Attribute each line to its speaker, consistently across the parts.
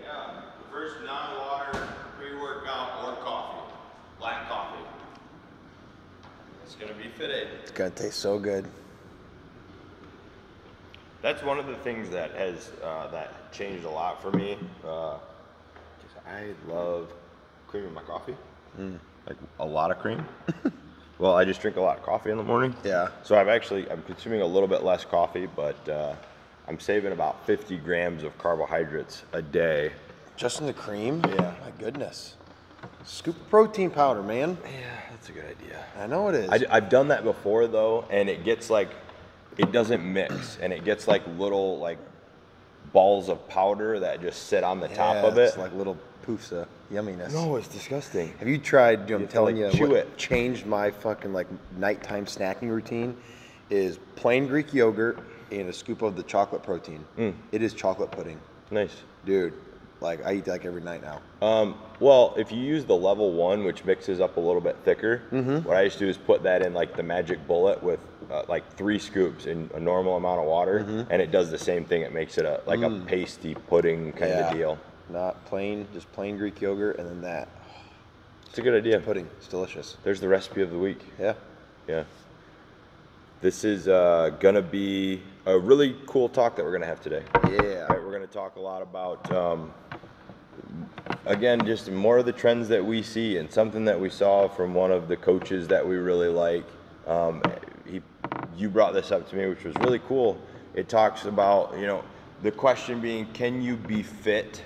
Speaker 1: Yeah, the first non-water pre-workout or coffee, black coffee. It's gonna be fitted.
Speaker 2: It's gonna taste so good.
Speaker 3: That's one of the things that has uh, that changed a lot for me. Uh, 'cause I love cream in my coffee, like a lot of cream. well, I just drink a lot of coffee in the morning.
Speaker 2: Yeah.
Speaker 3: So I've actually I'm consuming a little bit less coffee, but uh, I'm saving about 50 grams of carbohydrates a day.
Speaker 2: Just in the cream?
Speaker 3: Yeah.
Speaker 2: My goodness. Scoop of protein powder, man.
Speaker 3: Yeah, that's a good idea.
Speaker 2: I know it is.
Speaker 3: I, have done that before though, and it gets like, it doesn't mix, and it gets like little like balls of powder that just sit on the top
Speaker 2: Yeah,
Speaker 3: of it.
Speaker 2: It's like oh, little poofs of yumminess.
Speaker 3: no, it's disgusting.
Speaker 2: Have you tried? I'm
Speaker 3: have to,
Speaker 2: telling
Speaker 3: like,
Speaker 2: you,
Speaker 3: chew
Speaker 2: what
Speaker 3: it.
Speaker 2: changed my fucking like nighttime snacking routine is plain Greek yogurt and a scoop of the chocolate protein.
Speaker 3: Mm.
Speaker 2: It is chocolate pudding,
Speaker 3: Nice.
Speaker 2: dude. Like I eat like every night now.
Speaker 3: Um, well, if you use the level one, which mixes up a little bit thicker,
Speaker 2: Mm-hmm.
Speaker 3: what I used to do is put that in like the magic bullet with uh, like three scoops in a normal amount of water,
Speaker 2: Mm-hmm.
Speaker 3: and it does the same thing. It makes it a like
Speaker 2: Mm.
Speaker 3: a pasty pudding kind of deal.
Speaker 2: Not plain, just plain Greek yogurt and then that
Speaker 3: It's a good idea.
Speaker 2: pudding. It's delicious.
Speaker 3: There's the recipe of the week.
Speaker 2: Yeah.
Speaker 3: Yeah. This is uh, gonna be a really cool talk that we're gonna have today.
Speaker 2: Yeah.
Speaker 3: All right, we're gonna talk a lot about, um, again, just more of the trends that we see and something that we saw from one of the coaches that we really like. Um, he, you brought this up to me, which was really cool. It talks about, you know, the question being, can you be fit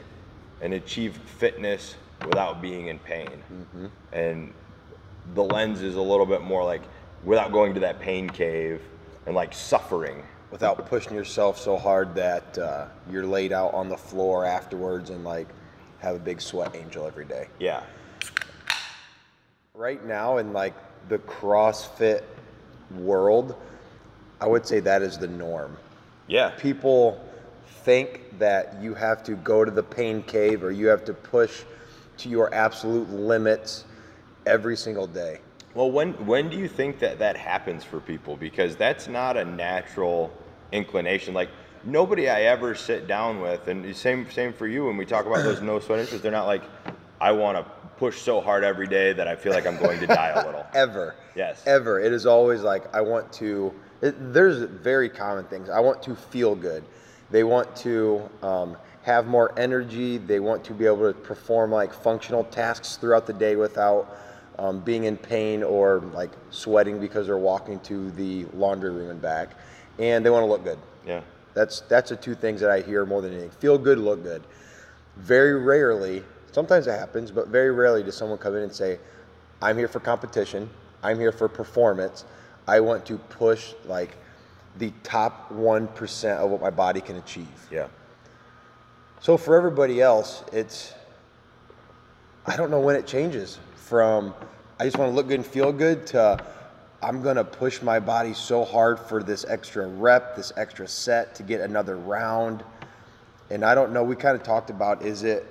Speaker 3: and achieve fitness without being in pain? And the lens is a little bit more like without going to that pain cave and like suffering.
Speaker 2: Without pushing yourself so hard that uh, you're laid out on the floor afterwards and like have a big sweat angel every day.
Speaker 3: Yeah.
Speaker 2: right now in like the CrossFit world, I would say that is the norm.
Speaker 3: Yeah.
Speaker 2: People think that you have to go to the pain cave or you have to push to your absolute limits every single day.
Speaker 3: Well, when when do you think that that happens for people? Because that's not a natural inclination. Like nobody I ever sit down with, and the same same for you when we talk about those no sweat issues. They're not like, I want to push so hard every day that I feel like I'm going to die a little.
Speaker 2: Ever.
Speaker 3: Yes.
Speaker 2: Ever. It is always like, I want to, it, there's very common things. I want to feel good. They want to um, have more energy. They want to be able to perform like functional tasks throughout the day without um, being in pain or like sweating because they're walking to the laundry room and back. And they want to look good.
Speaker 3: Yeah.
Speaker 2: That's that's the two things that I hear more than anything. Feel good, look good. Very rarely, sometimes it happens, but very rarely does someone come in and say, "I'm here for competition. I'm here for performance. I want to push like the top 1% of what my body can achieve."
Speaker 3: Yeah.
Speaker 2: So for everybody else, it's I don't know when it changes from I just want to look good and feel good to I'm going to push my body so hard for this extra rep, this extra set to get another round. And I don't know, we kind of talked about is it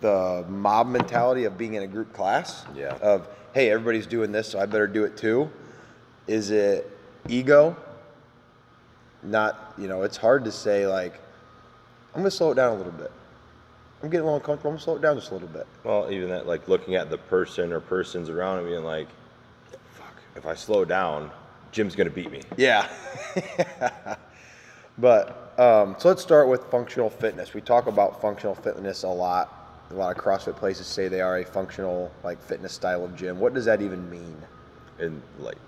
Speaker 2: the mob mentality of being in a group class?
Speaker 3: Yeah.
Speaker 2: Of hey, everybody's doing this, so I better do it too. Is it ego? Not, you know, it's hard to say like I'm going to slow it down a little bit. I'm getting a little uncomfortable. I'm going to slow it down just a little bit.
Speaker 3: Well, even that, like looking at the person or persons around and being like, fuck, if I slow down, Jim's going to beat me.
Speaker 2: Yeah. but um, so let's start with functional fitness. We talk about functional fitness a lot. A lot of CrossFit places say they are a functional like fitness style of gym. What does that even mean?
Speaker 3: And like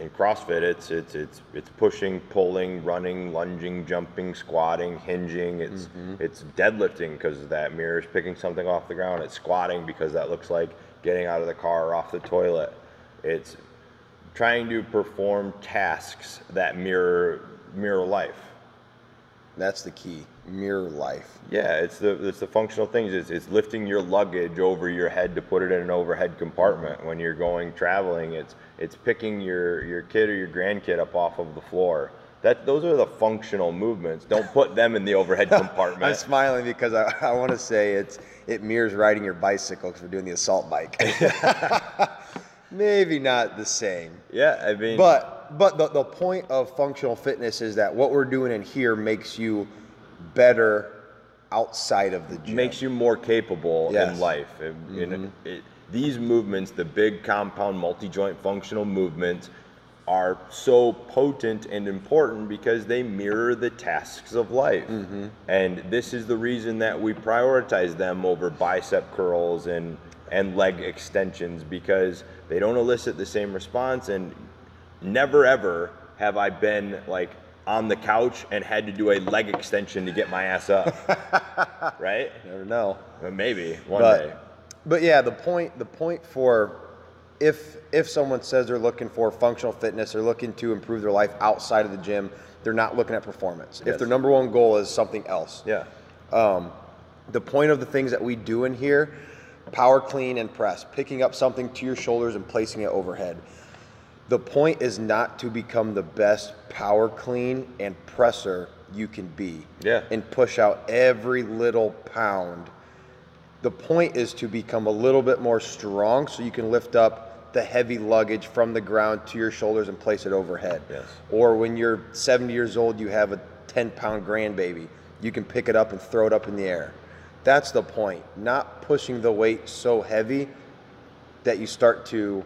Speaker 3: in CrossFit, it's, it's, it's, it's pushing, pulling, running, lunging, jumping, squatting, hinging. It's, it's deadlifting because of that mirror is picking something off the ground. It's squatting because that looks like getting out of the car or off the toilet. It's trying to perform tasks that mirror, mirror life.
Speaker 2: That's the key. Mirror life.
Speaker 3: Yeah, it's the it's the functional things. It's, it's lifting your luggage over your head to put it in an overhead compartment when you're going traveling. It's it's picking your your kid or your grandkid up off of the floor. That those are the functional movements. Don't put them in the overhead
Speaker 2: I'm
Speaker 3: compartment.
Speaker 2: smiling because I, I want to say it's it mirrors riding your bicycle because we're doing the assault bike. Maybe not the same.
Speaker 3: Yeah, I mean,
Speaker 2: But but the, the point of functional fitness is that what we're doing in here makes you better outside of the gym.
Speaker 3: makes you more capable
Speaker 2: Yes.
Speaker 3: in life. It- it- it- these movements, the big compound multi joint functional movements, are so potent and important because they mirror the tasks of life. And this is the reason that we prioritize them over bicep curls and, and leg extensions because they don't elicit the same response. And never ever have I been like on the couch and had to do a leg extension to get my ass up. right?
Speaker 2: never know.
Speaker 3: Well, Uh, Maybe one
Speaker 2: but,
Speaker 3: day.
Speaker 2: But yeah, the point the point for if if someone says they're looking for functional fitness, they're looking to improve their life outside of the gym, they're not looking at performance. If
Speaker 3: Yes.
Speaker 2: their number one goal is something else,
Speaker 3: Yeah.
Speaker 2: um, the point of the things that we do in here power clean and press picking up something to your shoulders and placing it overhead the point is not to become the best power clean and presser you can be
Speaker 3: Yeah.
Speaker 2: and push out every little pound the point is to become a little bit more strong so you can lift up the heavy luggage from the ground to your shoulders and place it overhead.
Speaker 3: Yes.
Speaker 2: Or when you're 70 years old, you have a 10 pound grandbaby, you can pick it up and throw it up in the air. That's the point. Not pushing the weight so heavy that you start to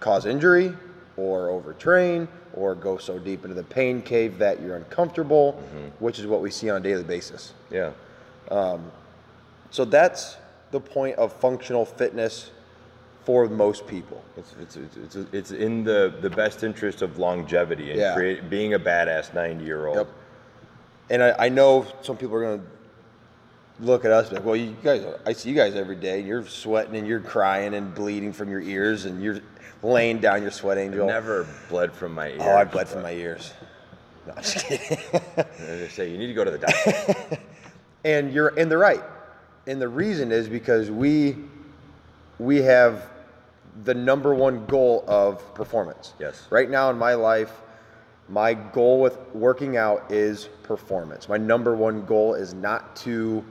Speaker 2: cause injury or overtrain or go so deep into the pain cave that you're uncomfortable, which is what we see on a daily basis.
Speaker 3: Yeah.
Speaker 2: So that's the point of functional fitness for most people.
Speaker 3: It's it's it's it's, it's in the the best interest of longevity and
Speaker 2: Yeah.
Speaker 3: create, being a badass ninety year old.
Speaker 2: Yep. And I, I know some people are going to look at us and be like, well, you guys, I see you guys every day. You're sweating and you're crying and bleeding from your ears and you're laying down your sweat angel.
Speaker 3: Never bled from my ear.
Speaker 2: oh, I bled from my ears. No, I'm just kidding.
Speaker 3: They say you need to go to the doctor.
Speaker 2: and you're and they're right and the reason is because we we have the number one goal of performance
Speaker 3: Yes.
Speaker 2: right now in my life my goal with working out is performance my number one goal is not to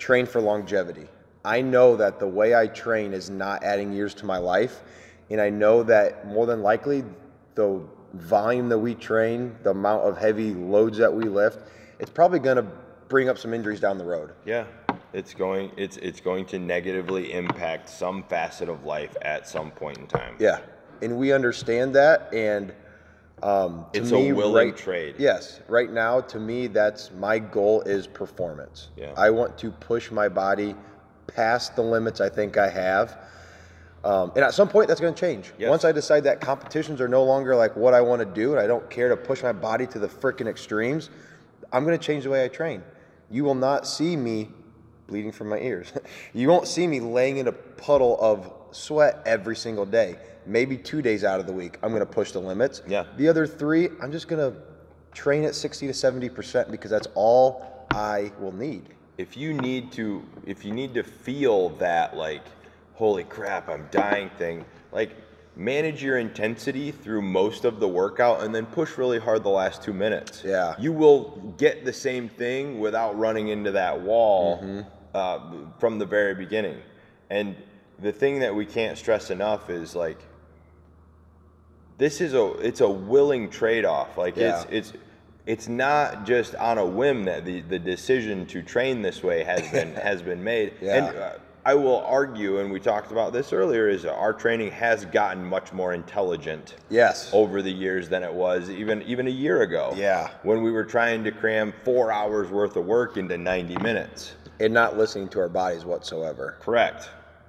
Speaker 2: train for longevity i know that the way i train is not adding years to my life and i know that more than likely the volume that we train the amount of heavy loads that we lift it's probably going to bring up some injuries down the road
Speaker 3: yeah. It's going it's it's going to negatively impact some facet of life at some point in time.
Speaker 2: Yeah, and we understand that, and um, to
Speaker 3: It's a
Speaker 2: me,
Speaker 3: willing
Speaker 2: right,
Speaker 3: trade.
Speaker 2: Yes, right now, to me, that's my goal is performance.
Speaker 3: Yeah.
Speaker 2: I want to push my body past the limits I think I have. Um, and at some point, that's going to change.
Speaker 3: Yes.
Speaker 2: Once I decide that competitions are no longer like what I want to do, and I don't care to push my body to the freaking extremes, I'm going to change the way I train. You will not see me bleeding from my ears. you won't see me laying in a puddle of sweat every single day. Maybe two days out of the week, I'm going to push the limits.
Speaker 3: Yeah.
Speaker 2: The other three, I'm just going to train at 60 to 70% because that's all I will need.
Speaker 3: if you need to if you need to feel that like holy crap i'm dying thing like manage your intensity through most of the workout and then push really hard the last two minutes
Speaker 2: Yeah.
Speaker 3: you will get the same thing without running into that wall uh, from the very beginning and the thing that we can't stress enough is like this is a it's a willing trade-off like it's
Speaker 2: Yeah.
Speaker 3: it's it's not just on a whim that the, the decision to train this way has been has been made and
Speaker 2: Yeah.
Speaker 3: uh, i will argue and we talked about this earlier is our training has gotten much more intelligent
Speaker 2: Yes.
Speaker 3: over the years than it was even even a year ago
Speaker 2: Yeah.
Speaker 3: when we were trying to cram four hours worth of work into 90 minutes
Speaker 2: And not listening to our bodies whatsoever.
Speaker 3: correct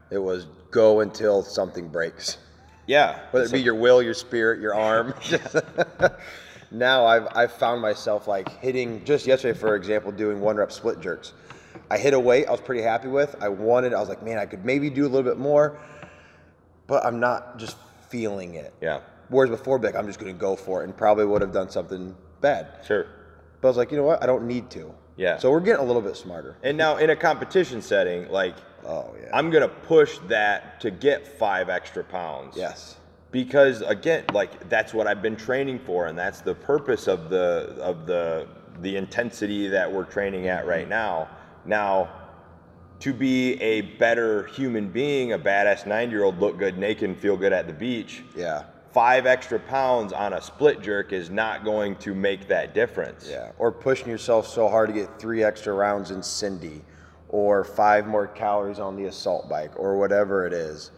Speaker 2: It was go until something breaks,
Speaker 3: yeah
Speaker 2: whether it be your will, your spirit, your arm. now I've, I've found myself like hitting, just yesterday, for example, doing one rep split jerks. I hit a weight I was pretty happy with. I wanted, I was like, man, I could maybe do a little bit more, but I'm not just feeling it.
Speaker 3: yeah
Speaker 2: Whereas before, be like, I'm just going to go for it and probably would have done something bad.
Speaker 3: sure
Speaker 2: But I was like, you know what? I don't need to.
Speaker 3: Yeah.
Speaker 2: So we're getting a little bit smarter.
Speaker 3: and now in a competition setting like
Speaker 2: Oh, yeah.
Speaker 3: I'm gonna push that to get five extra pounds.
Speaker 2: yes.
Speaker 3: Because again, like that's what I've been training for, and that's the purpose of the of the the intensity that we're training at
Speaker 2: Mm-hmm.
Speaker 3: right now. Now, to be a better human being, a badass nine year old, look good naked, and feel good at the beach.
Speaker 2: Yeah.
Speaker 3: five extra pounds on a split jerk is not going to make that difference.
Speaker 2: Yeah, or pushing yourself so hard to get three extra rounds in Cindy, or five more calories on the assault bike, or whatever it is.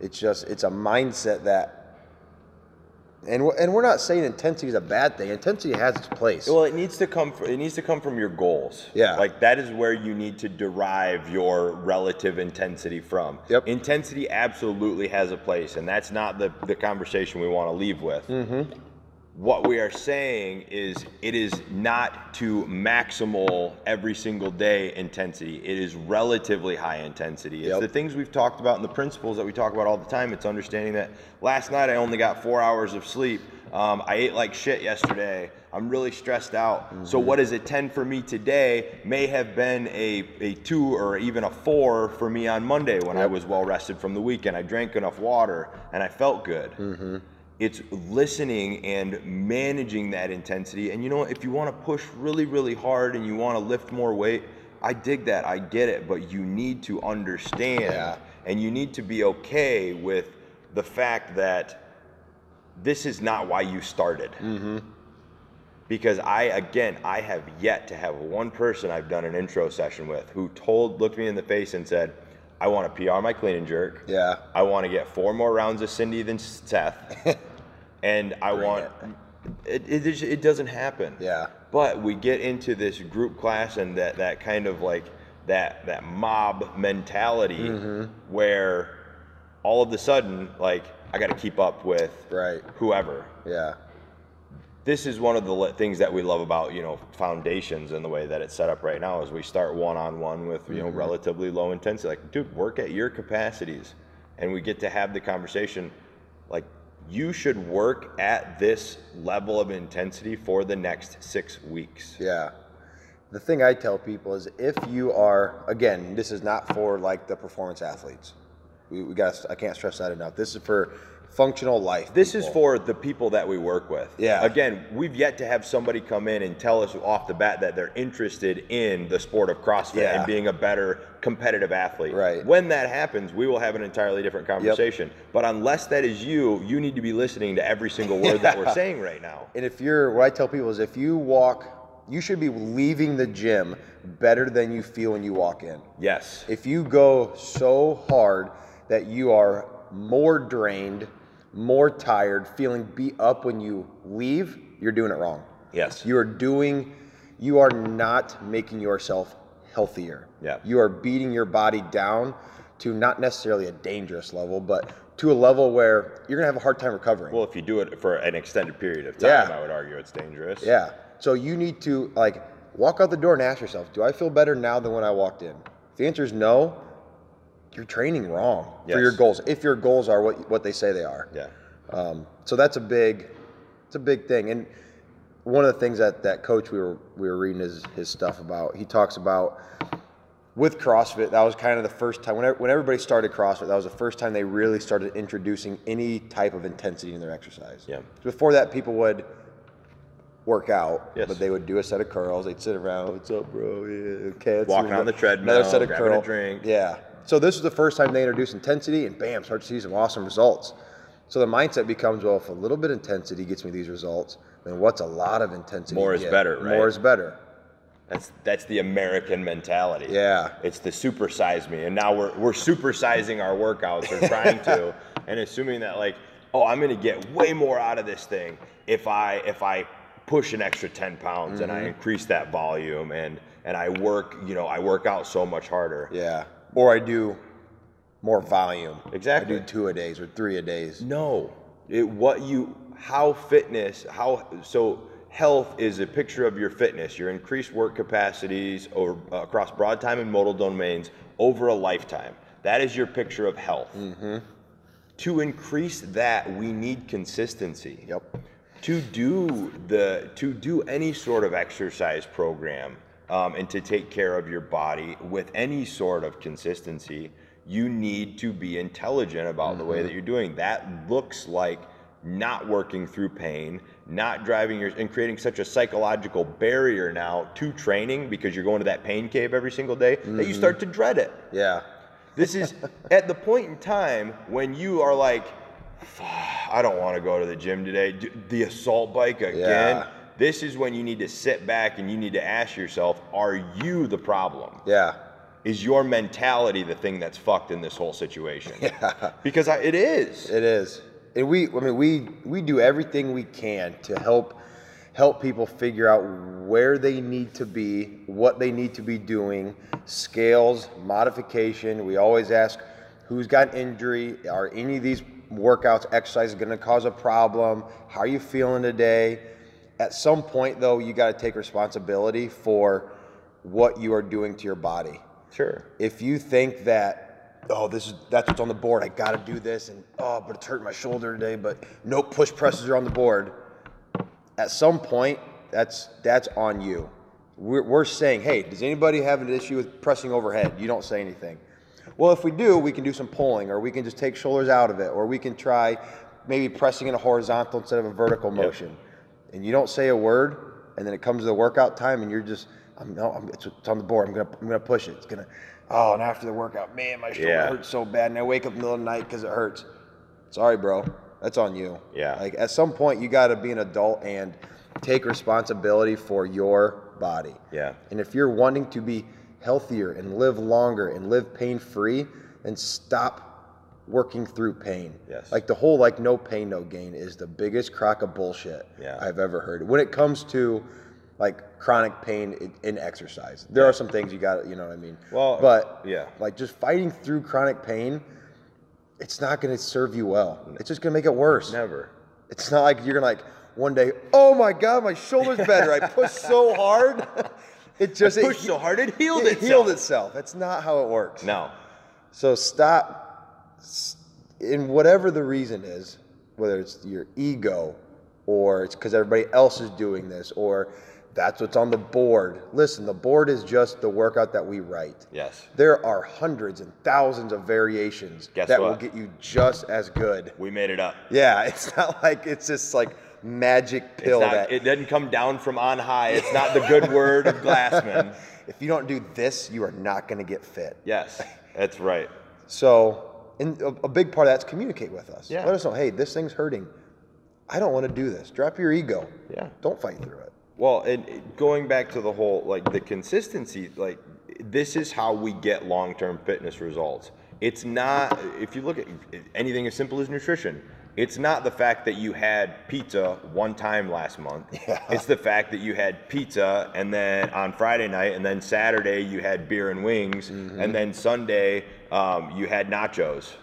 Speaker 2: It's just it's a mindset that, and we're, and we're not saying intensity is a bad thing. Intensity has its place.
Speaker 3: Well, it needs to come. From, it needs to come from your goals.
Speaker 2: Yeah.
Speaker 3: like that is where you need to derive your relative intensity from.
Speaker 2: Yep.
Speaker 3: Intensity absolutely has a place, and that's not the the conversation we want to leave with.
Speaker 2: Mm.
Speaker 3: What we are saying is it is not to maximal every single day intensity. It is relatively high intensity. It's
Speaker 2: Yep.
Speaker 3: the things we've talked about and the principles that we talk about all the time. It's understanding that last night I only got four hours of sleep. Um, I ate like shit yesterday. I'm really stressed out. So what is a 10 for me today may have been a, a two or even a four for me on Monday when I was well rested from the weekend. I drank enough water and I felt good it's listening and managing that intensity. And you know, what? if you want to push really, really hard and you want to lift more weight, I dig that. I get it. But you need to understand and you need to be okay with the fact that this is not why you started. Because I, again, I have yet to have one person I've done an intro session with who told, looked me in the face and said, I want to PR my clean and jerk.
Speaker 2: yeah,
Speaker 3: I want to get four more rounds of Cindy than Seth, and I want it. It, just- it doesn't happen.
Speaker 2: yeah,
Speaker 3: But we get into this group class and that that kind of like that that mob mentality where all of a sudden like I got to keep up with
Speaker 2: right,
Speaker 3: whoever.
Speaker 2: yeah,
Speaker 3: This is one of the le- things that we love about you know foundations and the way that it's set up right now is we start one on one with you know relatively low intensity like dude work at your capacities and we get to have the conversation like you should work at this level of intensity for the next six weeks
Speaker 2: yeah. The thing I tell people is if you are again, this is not for like the performance athletes. We, we got I can't stress that enough. This is for functional life.
Speaker 3: This is
Speaker 2: people.
Speaker 3: for the people that we work with.
Speaker 2: Yeah.
Speaker 3: Again, we've yet to have somebody come in and tell us off the bat that they're interested in the sport of CrossFit
Speaker 2: Yeah.
Speaker 3: and being a better competitive athlete.
Speaker 2: Right.
Speaker 3: When that happens, we will have an entirely different conversation. But unless that is you, you need to be listening to every single word that we're saying right now.
Speaker 2: And if you're, what I tell people is if you walk, you should be leaving the gym better than you feel when you walk in.
Speaker 3: Yes.
Speaker 2: If you go so hard that you are more drained, more tired, feeling beat up when you leave, you're doing it wrong.
Speaker 3: Yes.
Speaker 2: You are doing, you are not making yourself healthier.
Speaker 3: Yeah.
Speaker 2: You are beating your body down to not necessarily a dangerous level, but to a level where you're gonna have a hard time recovering.
Speaker 3: well, if you do it for an extended period of time,
Speaker 2: Yeah.
Speaker 3: I would argue it's dangerous.
Speaker 2: Yeah. So you need to like walk out the door and ask yourself, do I feel better now than when I walked in? If the answer is no, you're training wrong
Speaker 3: Yes.
Speaker 2: for your goals. If your goals are what what they say they are.
Speaker 3: Yeah.
Speaker 2: Um, so that's a big, it's a big thing. And one of the things that that coach we were we were reading his his stuff about. He talks about with CrossFit. That was kind of the first time when ev- when everybody started CrossFit. That was the first time they really started introducing any type of intensity in their exercise.
Speaker 3: Yeah.
Speaker 2: Before that, people would work out,
Speaker 3: Yes.
Speaker 2: but they would do a set of curls. They'd sit around. What's up, bro? Yeah, okay. let's
Speaker 3: Walking
Speaker 2: move
Speaker 3: on the
Speaker 2: Another
Speaker 3: treadmill,
Speaker 2: set of
Speaker 3: grabbing a
Speaker 2: curl.
Speaker 3: drink.
Speaker 2: Yeah. So this is the first time they introduce intensity, and bam, start to see some awesome results. So the mindset becomes, well, if a little bit of intensity gets me these results, then what's a lot of intensity?
Speaker 3: More is
Speaker 2: get?
Speaker 3: better, right?
Speaker 2: More is better.
Speaker 3: That's that's the American mentality.
Speaker 2: Yeah.
Speaker 3: It's the supersize me. And now we're we're supersizing our workouts or trying to and assuming that like, oh, I'm gonna get way more out of this thing if I if I push an extra 10 pounds and I increase that volume and and I work, you know, I work out so much harder.
Speaker 2: Yeah. Or I do more volume.
Speaker 3: Exactly.
Speaker 2: I do two a days or three a days.
Speaker 3: No. It what you how fitness, how so health is a picture of your fitness, your increased work capacities over across broad time and modal domains over a lifetime. That is your picture of health. To increase that, we need consistency
Speaker 2: Yep.
Speaker 3: to do the to do any sort of exercise program um, and to take care of your body with any sort of consistency you need to be intelligent about the way that you're doing that looks like not working through pain not driving your and creating such a psychological barrier now to training because you're going to that pain cave every single day that you start to dread it
Speaker 2: Yeah.
Speaker 3: this is at the point in time when you are like, "Fuck, I don't want to go to the gym today. D- The assault bike again.
Speaker 2: Yeah.
Speaker 3: This is when you need to sit back and you need to ask yourself, are you the problem?
Speaker 2: Yeah.
Speaker 3: Is your mentality the thing that's fucked in this whole situation? Yeah. Because I, it is.
Speaker 2: It is, and we. I mean, we we do everything we can to help help people figure out where they need to be, what they need to be doing, scales, modification. We always ask, who's got an injury? Are any of these workouts, exercises going to cause a problem? How are you feeling today? At some point, though, you got to take responsibility for what you are doing to your body
Speaker 3: Sure.
Speaker 2: if you think that oh this is that's what's on the board i gotta do this and oh but it's hurting my shoulder today but no push presses are on the board at some point that's that's on you we're, we're saying hey does anybody have an issue with pressing overhead you don't say anything well if we do we can do some pulling or we can just take shoulders out of it or we can try maybe pressing in a horizontal instead of a vertical motion and you don't say a word and then it comes to the workout time and you're just i'm no I'm, it's, it's on the board i'm gonna i'm gonna push it it's gonna oh and after the workout man my shoulder
Speaker 3: Yeah.
Speaker 2: hurts so bad and i wake up in the middle of the night because it hurts sorry bro that's on you
Speaker 3: Yeah.
Speaker 2: like at some point you got to be an adult and take responsibility for your body
Speaker 3: Yeah.
Speaker 2: and if you're wanting to be healthier and live longer and live pain free then stop working through pain
Speaker 3: Yes.
Speaker 2: like the whole like no pain no gain is the biggest crock of bullshit
Speaker 3: Yeah.
Speaker 2: i've ever heard when it comes to like chronic pain in- in exercise there are some things you got to you know what i mean
Speaker 3: Well,
Speaker 2: but
Speaker 3: yeah.
Speaker 2: like just fighting through chronic pain it's not going to serve you well it's just going to make it worse
Speaker 3: Never.
Speaker 2: it's not like you're gonna like one day, oh my god, my shoulder's better. I pushed so hard. It just
Speaker 3: pushed so hard, it healed
Speaker 2: it healed
Speaker 3: itself.
Speaker 2: itself. That's not how it works.
Speaker 3: No.
Speaker 2: So stop, s- in whatever the reason is, whether it's your ego or it's because everybody else is doing this or that's what's on the board. Listen, the board is just the workout that we write.
Speaker 3: Yes.
Speaker 2: There are hundreds and thousands of variations
Speaker 3: Guess
Speaker 2: that will
Speaker 3: what?
Speaker 2: get you just as good.
Speaker 3: We made it up.
Speaker 2: Yeah, it's not like it's just like magic pill
Speaker 3: It's not,
Speaker 2: that
Speaker 3: It doesn't come down from on high. It's not the good word of Glassman.
Speaker 2: if you don't do this, you are not going to get fit.
Speaker 3: Yes, that's right.
Speaker 2: So, and a, a big part of that's communicate with us.
Speaker 3: Yeah.
Speaker 2: Let us know, hey, this thing's hurting. I don't want to do this. Drop your ego.
Speaker 3: Yeah.
Speaker 2: Don't fight through it.
Speaker 3: Well, and it- going back to the whole like the consistency, like this is how we get long-term fitness results. It's not if you look at anything as simple as nutrition. It's not the fact that you had pizza one time last month. It's the fact that you had pizza and then on Friday night and then Saturday you had beer and wings and then Sunday um, you had nachos.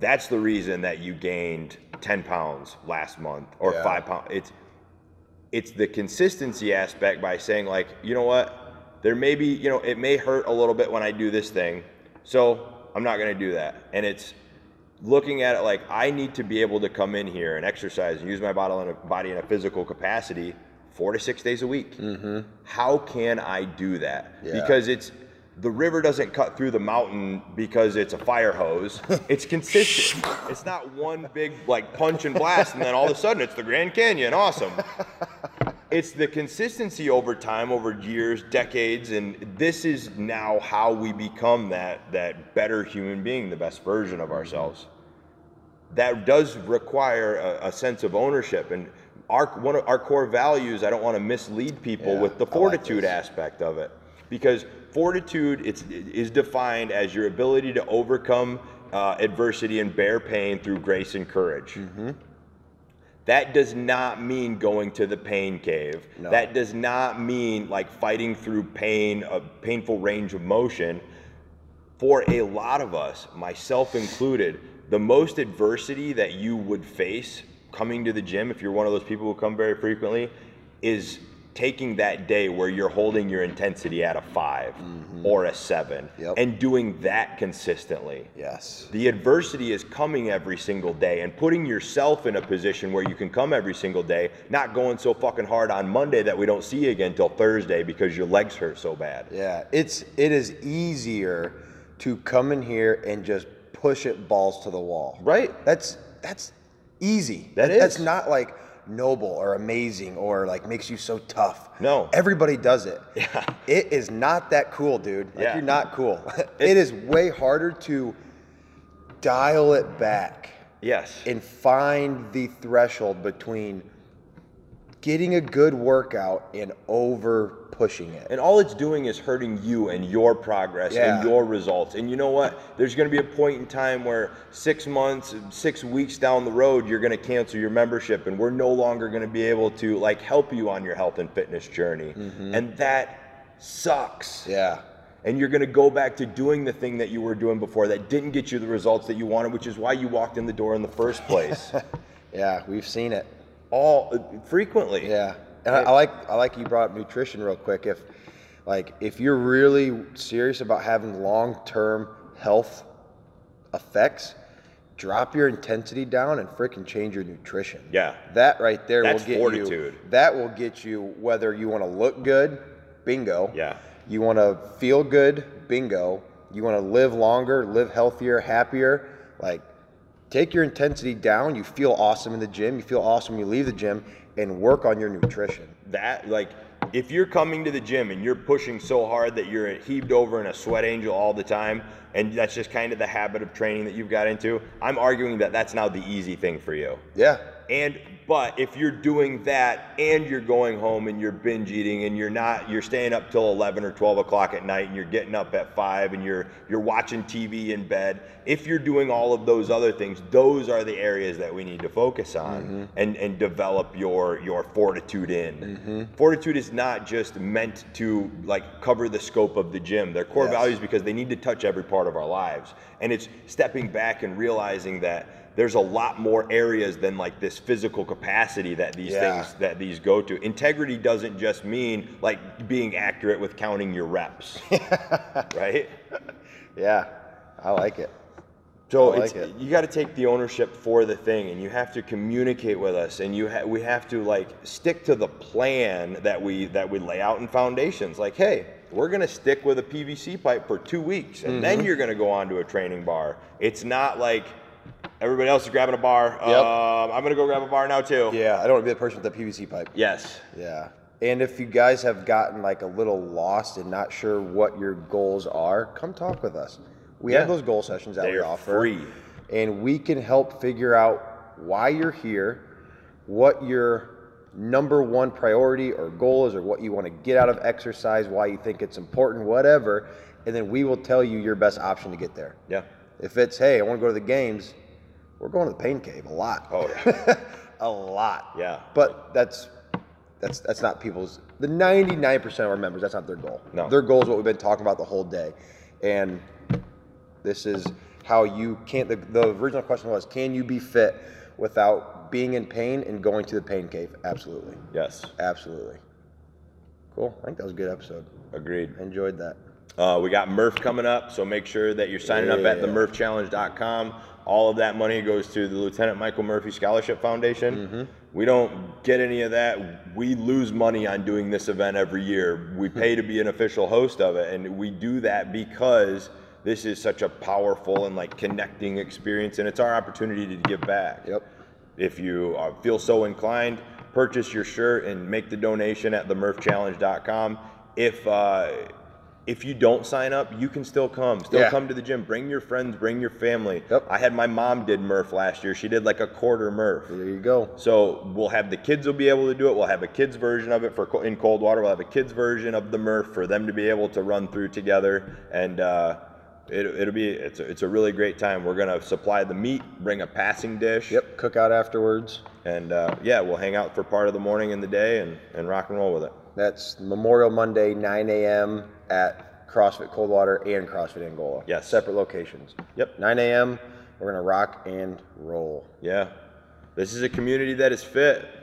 Speaker 3: That's the reason that you gained 10 pounds last month or
Speaker 2: Yeah.
Speaker 3: five pounds. It's it's the consistency aspect by saying like you know what there may be you know it may hurt a little bit when i do this thing so i'm not going to do that and it's looking at it like i need to be able to come in here and exercise and use my body in a, body in a physical capacity four to six days a week mm-hmm. how can i do that
Speaker 2: Yeah.
Speaker 3: because it's the river doesn't cut through the mountain because it's a fire hose. It's consistent. it's not one big like punch and blast, and then all of a sudden it's the Grand Canyon. Awesome it's the consistency over time over years decades and this is now how we become that that better human being the best version of ourselves that does require a, a sense of ownership and our one of our core values i don't want to mislead people
Speaker 2: Yeah,
Speaker 3: with the
Speaker 2: I like
Speaker 3: fortitude
Speaker 2: this.
Speaker 3: aspect of it because fortitude it's, is defined as your ability to overcome uh, adversity and bear pain through grace and courage
Speaker 2: Mm-hmm.
Speaker 3: that does not mean going to the pain cave.
Speaker 2: No.
Speaker 3: That does not mean like fighting through pain, a painful range of motion. For a lot of us, myself included, the most adversity that you would face coming to the gym, if you're one of those people who come very frequently, is taking that day where you're holding your intensity at a 5 or a seven
Speaker 2: Mm-hmm. Yep.
Speaker 3: and doing that consistently.
Speaker 2: Yes.
Speaker 3: The adversity is coming every single day and putting yourself in a position where you can come every single day, not going so fucking hard on Monday that we don't see you again till Thursday because your legs hurt so bad.
Speaker 2: Yeah. It's it is easier to come in here and just push it balls to the wall.
Speaker 3: Right?
Speaker 2: That's that's easy.
Speaker 3: That
Speaker 2: That's
Speaker 3: is.
Speaker 2: not like noble or amazing or like makes you so tough.
Speaker 3: No.
Speaker 2: Everybody does it. Yeah. It is not that cool, dude. Like
Speaker 3: Yeah.
Speaker 2: you're not cool. it is way harder to dial it back
Speaker 3: Yes.
Speaker 2: and find the threshold between getting a good workout and over pushing it.
Speaker 3: And all it's doing is hurting you and your progress
Speaker 2: Yeah.
Speaker 3: and your results. And you know what? There's going to be a point in time where six months, six weeks down the road, you're going to cancel your membership, and we're no longer going to be able to like help you on your health and fitness journey. And that sucks.
Speaker 2: yeah.
Speaker 3: And you're going to go back to doing the thing that you were doing before that didn't get you the results that you wanted, which is why you walked in the door in the first place.
Speaker 2: Yeah, we've seen it.
Speaker 3: all uh, frequently.
Speaker 2: Yeah, and I, I like I like you brought up nutrition real quick. If like if you're really serious about having long term health effects, drop your intensity down and freaking change your nutrition.
Speaker 3: Yeah.
Speaker 2: that right there
Speaker 3: That's
Speaker 2: will get
Speaker 3: fortitude.
Speaker 2: you. That will get you whether you want to look good, bingo.
Speaker 3: Yeah.
Speaker 2: You want to feel good, bingo. You want to live longer, live healthier, happier. Like, take your intensity down. You feel awesome in the gym. You feel awesome when you leave the gym and work on your nutrition.
Speaker 3: that like if you're coming to the gym and you're pushing so hard that you're heaved over in a sweat angel all the time and that's just kind of the habit of training that you've got into i'm arguing that that's now the easy thing for you
Speaker 2: Yeah.
Speaker 3: and but if you're doing that and you're going home and you're binge eating and you're not you're staying up till 11 or 12 o'clock at night and you're getting up at 5 and you're you're watching tv in bed if you're doing all of those other things those are the areas that we need to focus on and and develop your your fortitude in fortitude is not just meant to like cover the scope of the gym their core
Speaker 2: Yes.
Speaker 3: values because they need to touch every part of our lives and it's stepping back and realizing that there's a lot more areas than like this physical capacity that these
Speaker 2: Yeah.
Speaker 3: things that these go to. Integrity doesn't just mean like being accurate with counting your reps, right?
Speaker 2: Yeah. I like it.
Speaker 3: So
Speaker 2: I
Speaker 3: it's,
Speaker 2: like it.
Speaker 3: you got to take the ownership for the thing, and you have to communicate with us, and you ha- we have to like stick to the plan that we that we lay out in foundations. Like, hey, we're gonna stick with a PVC pipe for two weeks, and then
Speaker 2: Mm-hmm.
Speaker 3: you're gonna go on to a training bar. It's not like everybody else is grabbing a bar.
Speaker 2: Yep.
Speaker 3: Um, I'm gonna go grab a bar now too.
Speaker 2: Yeah. I don't want to be the person with the PVC pipe.
Speaker 3: Yes.
Speaker 2: Yeah. And if you guys have gotten like a little lost and not sure what your goals are, come talk with us. We have
Speaker 3: Yeah.
Speaker 2: those goal sessions that
Speaker 3: They
Speaker 2: we
Speaker 3: are
Speaker 2: offer.
Speaker 3: free.
Speaker 2: And we can help figure out why you're here, what your number one priority or goal is, or what you want to get out of exercise, why you think it's important, whatever. And then we will tell you your best option to get there.
Speaker 3: Yeah.
Speaker 2: If it's, hey, I want to go to the games, we're going to the pain cave a lot.
Speaker 3: Oh,
Speaker 2: a lot.
Speaker 3: Yeah.
Speaker 2: But that's that's that's not people's the 99% of our members, that's not their goal.
Speaker 3: No.
Speaker 2: Their goal is what we've been talking about the whole day. And this is how you can't the, the original question was, can you be fit without being in pain and going to the pain cave? Absolutely.
Speaker 3: Yes.
Speaker 2: Absolutely. Cool. I think that was a good episode.
Speaker 3: Agreed.
Speaker 2: I enjoyed that.
Speaker 3: Uh, we got Murph coming up, so make sure that you're signing up at
Speaker 2: Yeah.
Speaker 3: themurphchallenge.com. All of that money goes to the Lieutenant Michael Murphy Scholarship Foundation.
Speaker 2: Mm-hmm.
Speaker 3: We don't get any of that. We lose money on doing this event every year. We pay to be an official host of it, and we do that because this is such a powerful and like connecting experience, and it's our opportunity to give back.
Speaker 2: Yep.
Speaker 3: If you uh, feel so inclined, purchase your shirt and make the donation at themurfchallenge.com. If uh, if you don't sign up, you can still come. Still
Speaker 2: Yeah.
Speaker 3: come to the gym. Bring your friends. Bring your family.
Speaker 2: Yep.
Speaker 3: I had my mom did Murph last year. She did like a quarter Murph.
Speaker 2: There you go.
Speaker 3: So we'll have the kids will be able to do it. We'll have a kids version of it for co- in cold water. We'll have a kids version of the Murph for them to be able to run through together, and uh, it, it'll be it's a, it's a really great time. We're gonna supply the meat, bring a passing dish,
Speaker 2: Yep. Cookout afterwards.
Speaker 3: and uh, yeah, we'll hang out for part of the morning and the day and, and rock and roll with it.
Speaker 2: That's Memorial Monday, 9 a.m. at CrossFit Coldwater and CrossFit Angola.
Speaker 3: Yes.
Speaker 2: Separate locations.
Speaker 3: Yep.
Speaker 2: 9 a.m. We're going to rock and roll.
Speaker 3: Yeah. This is a community that is fit.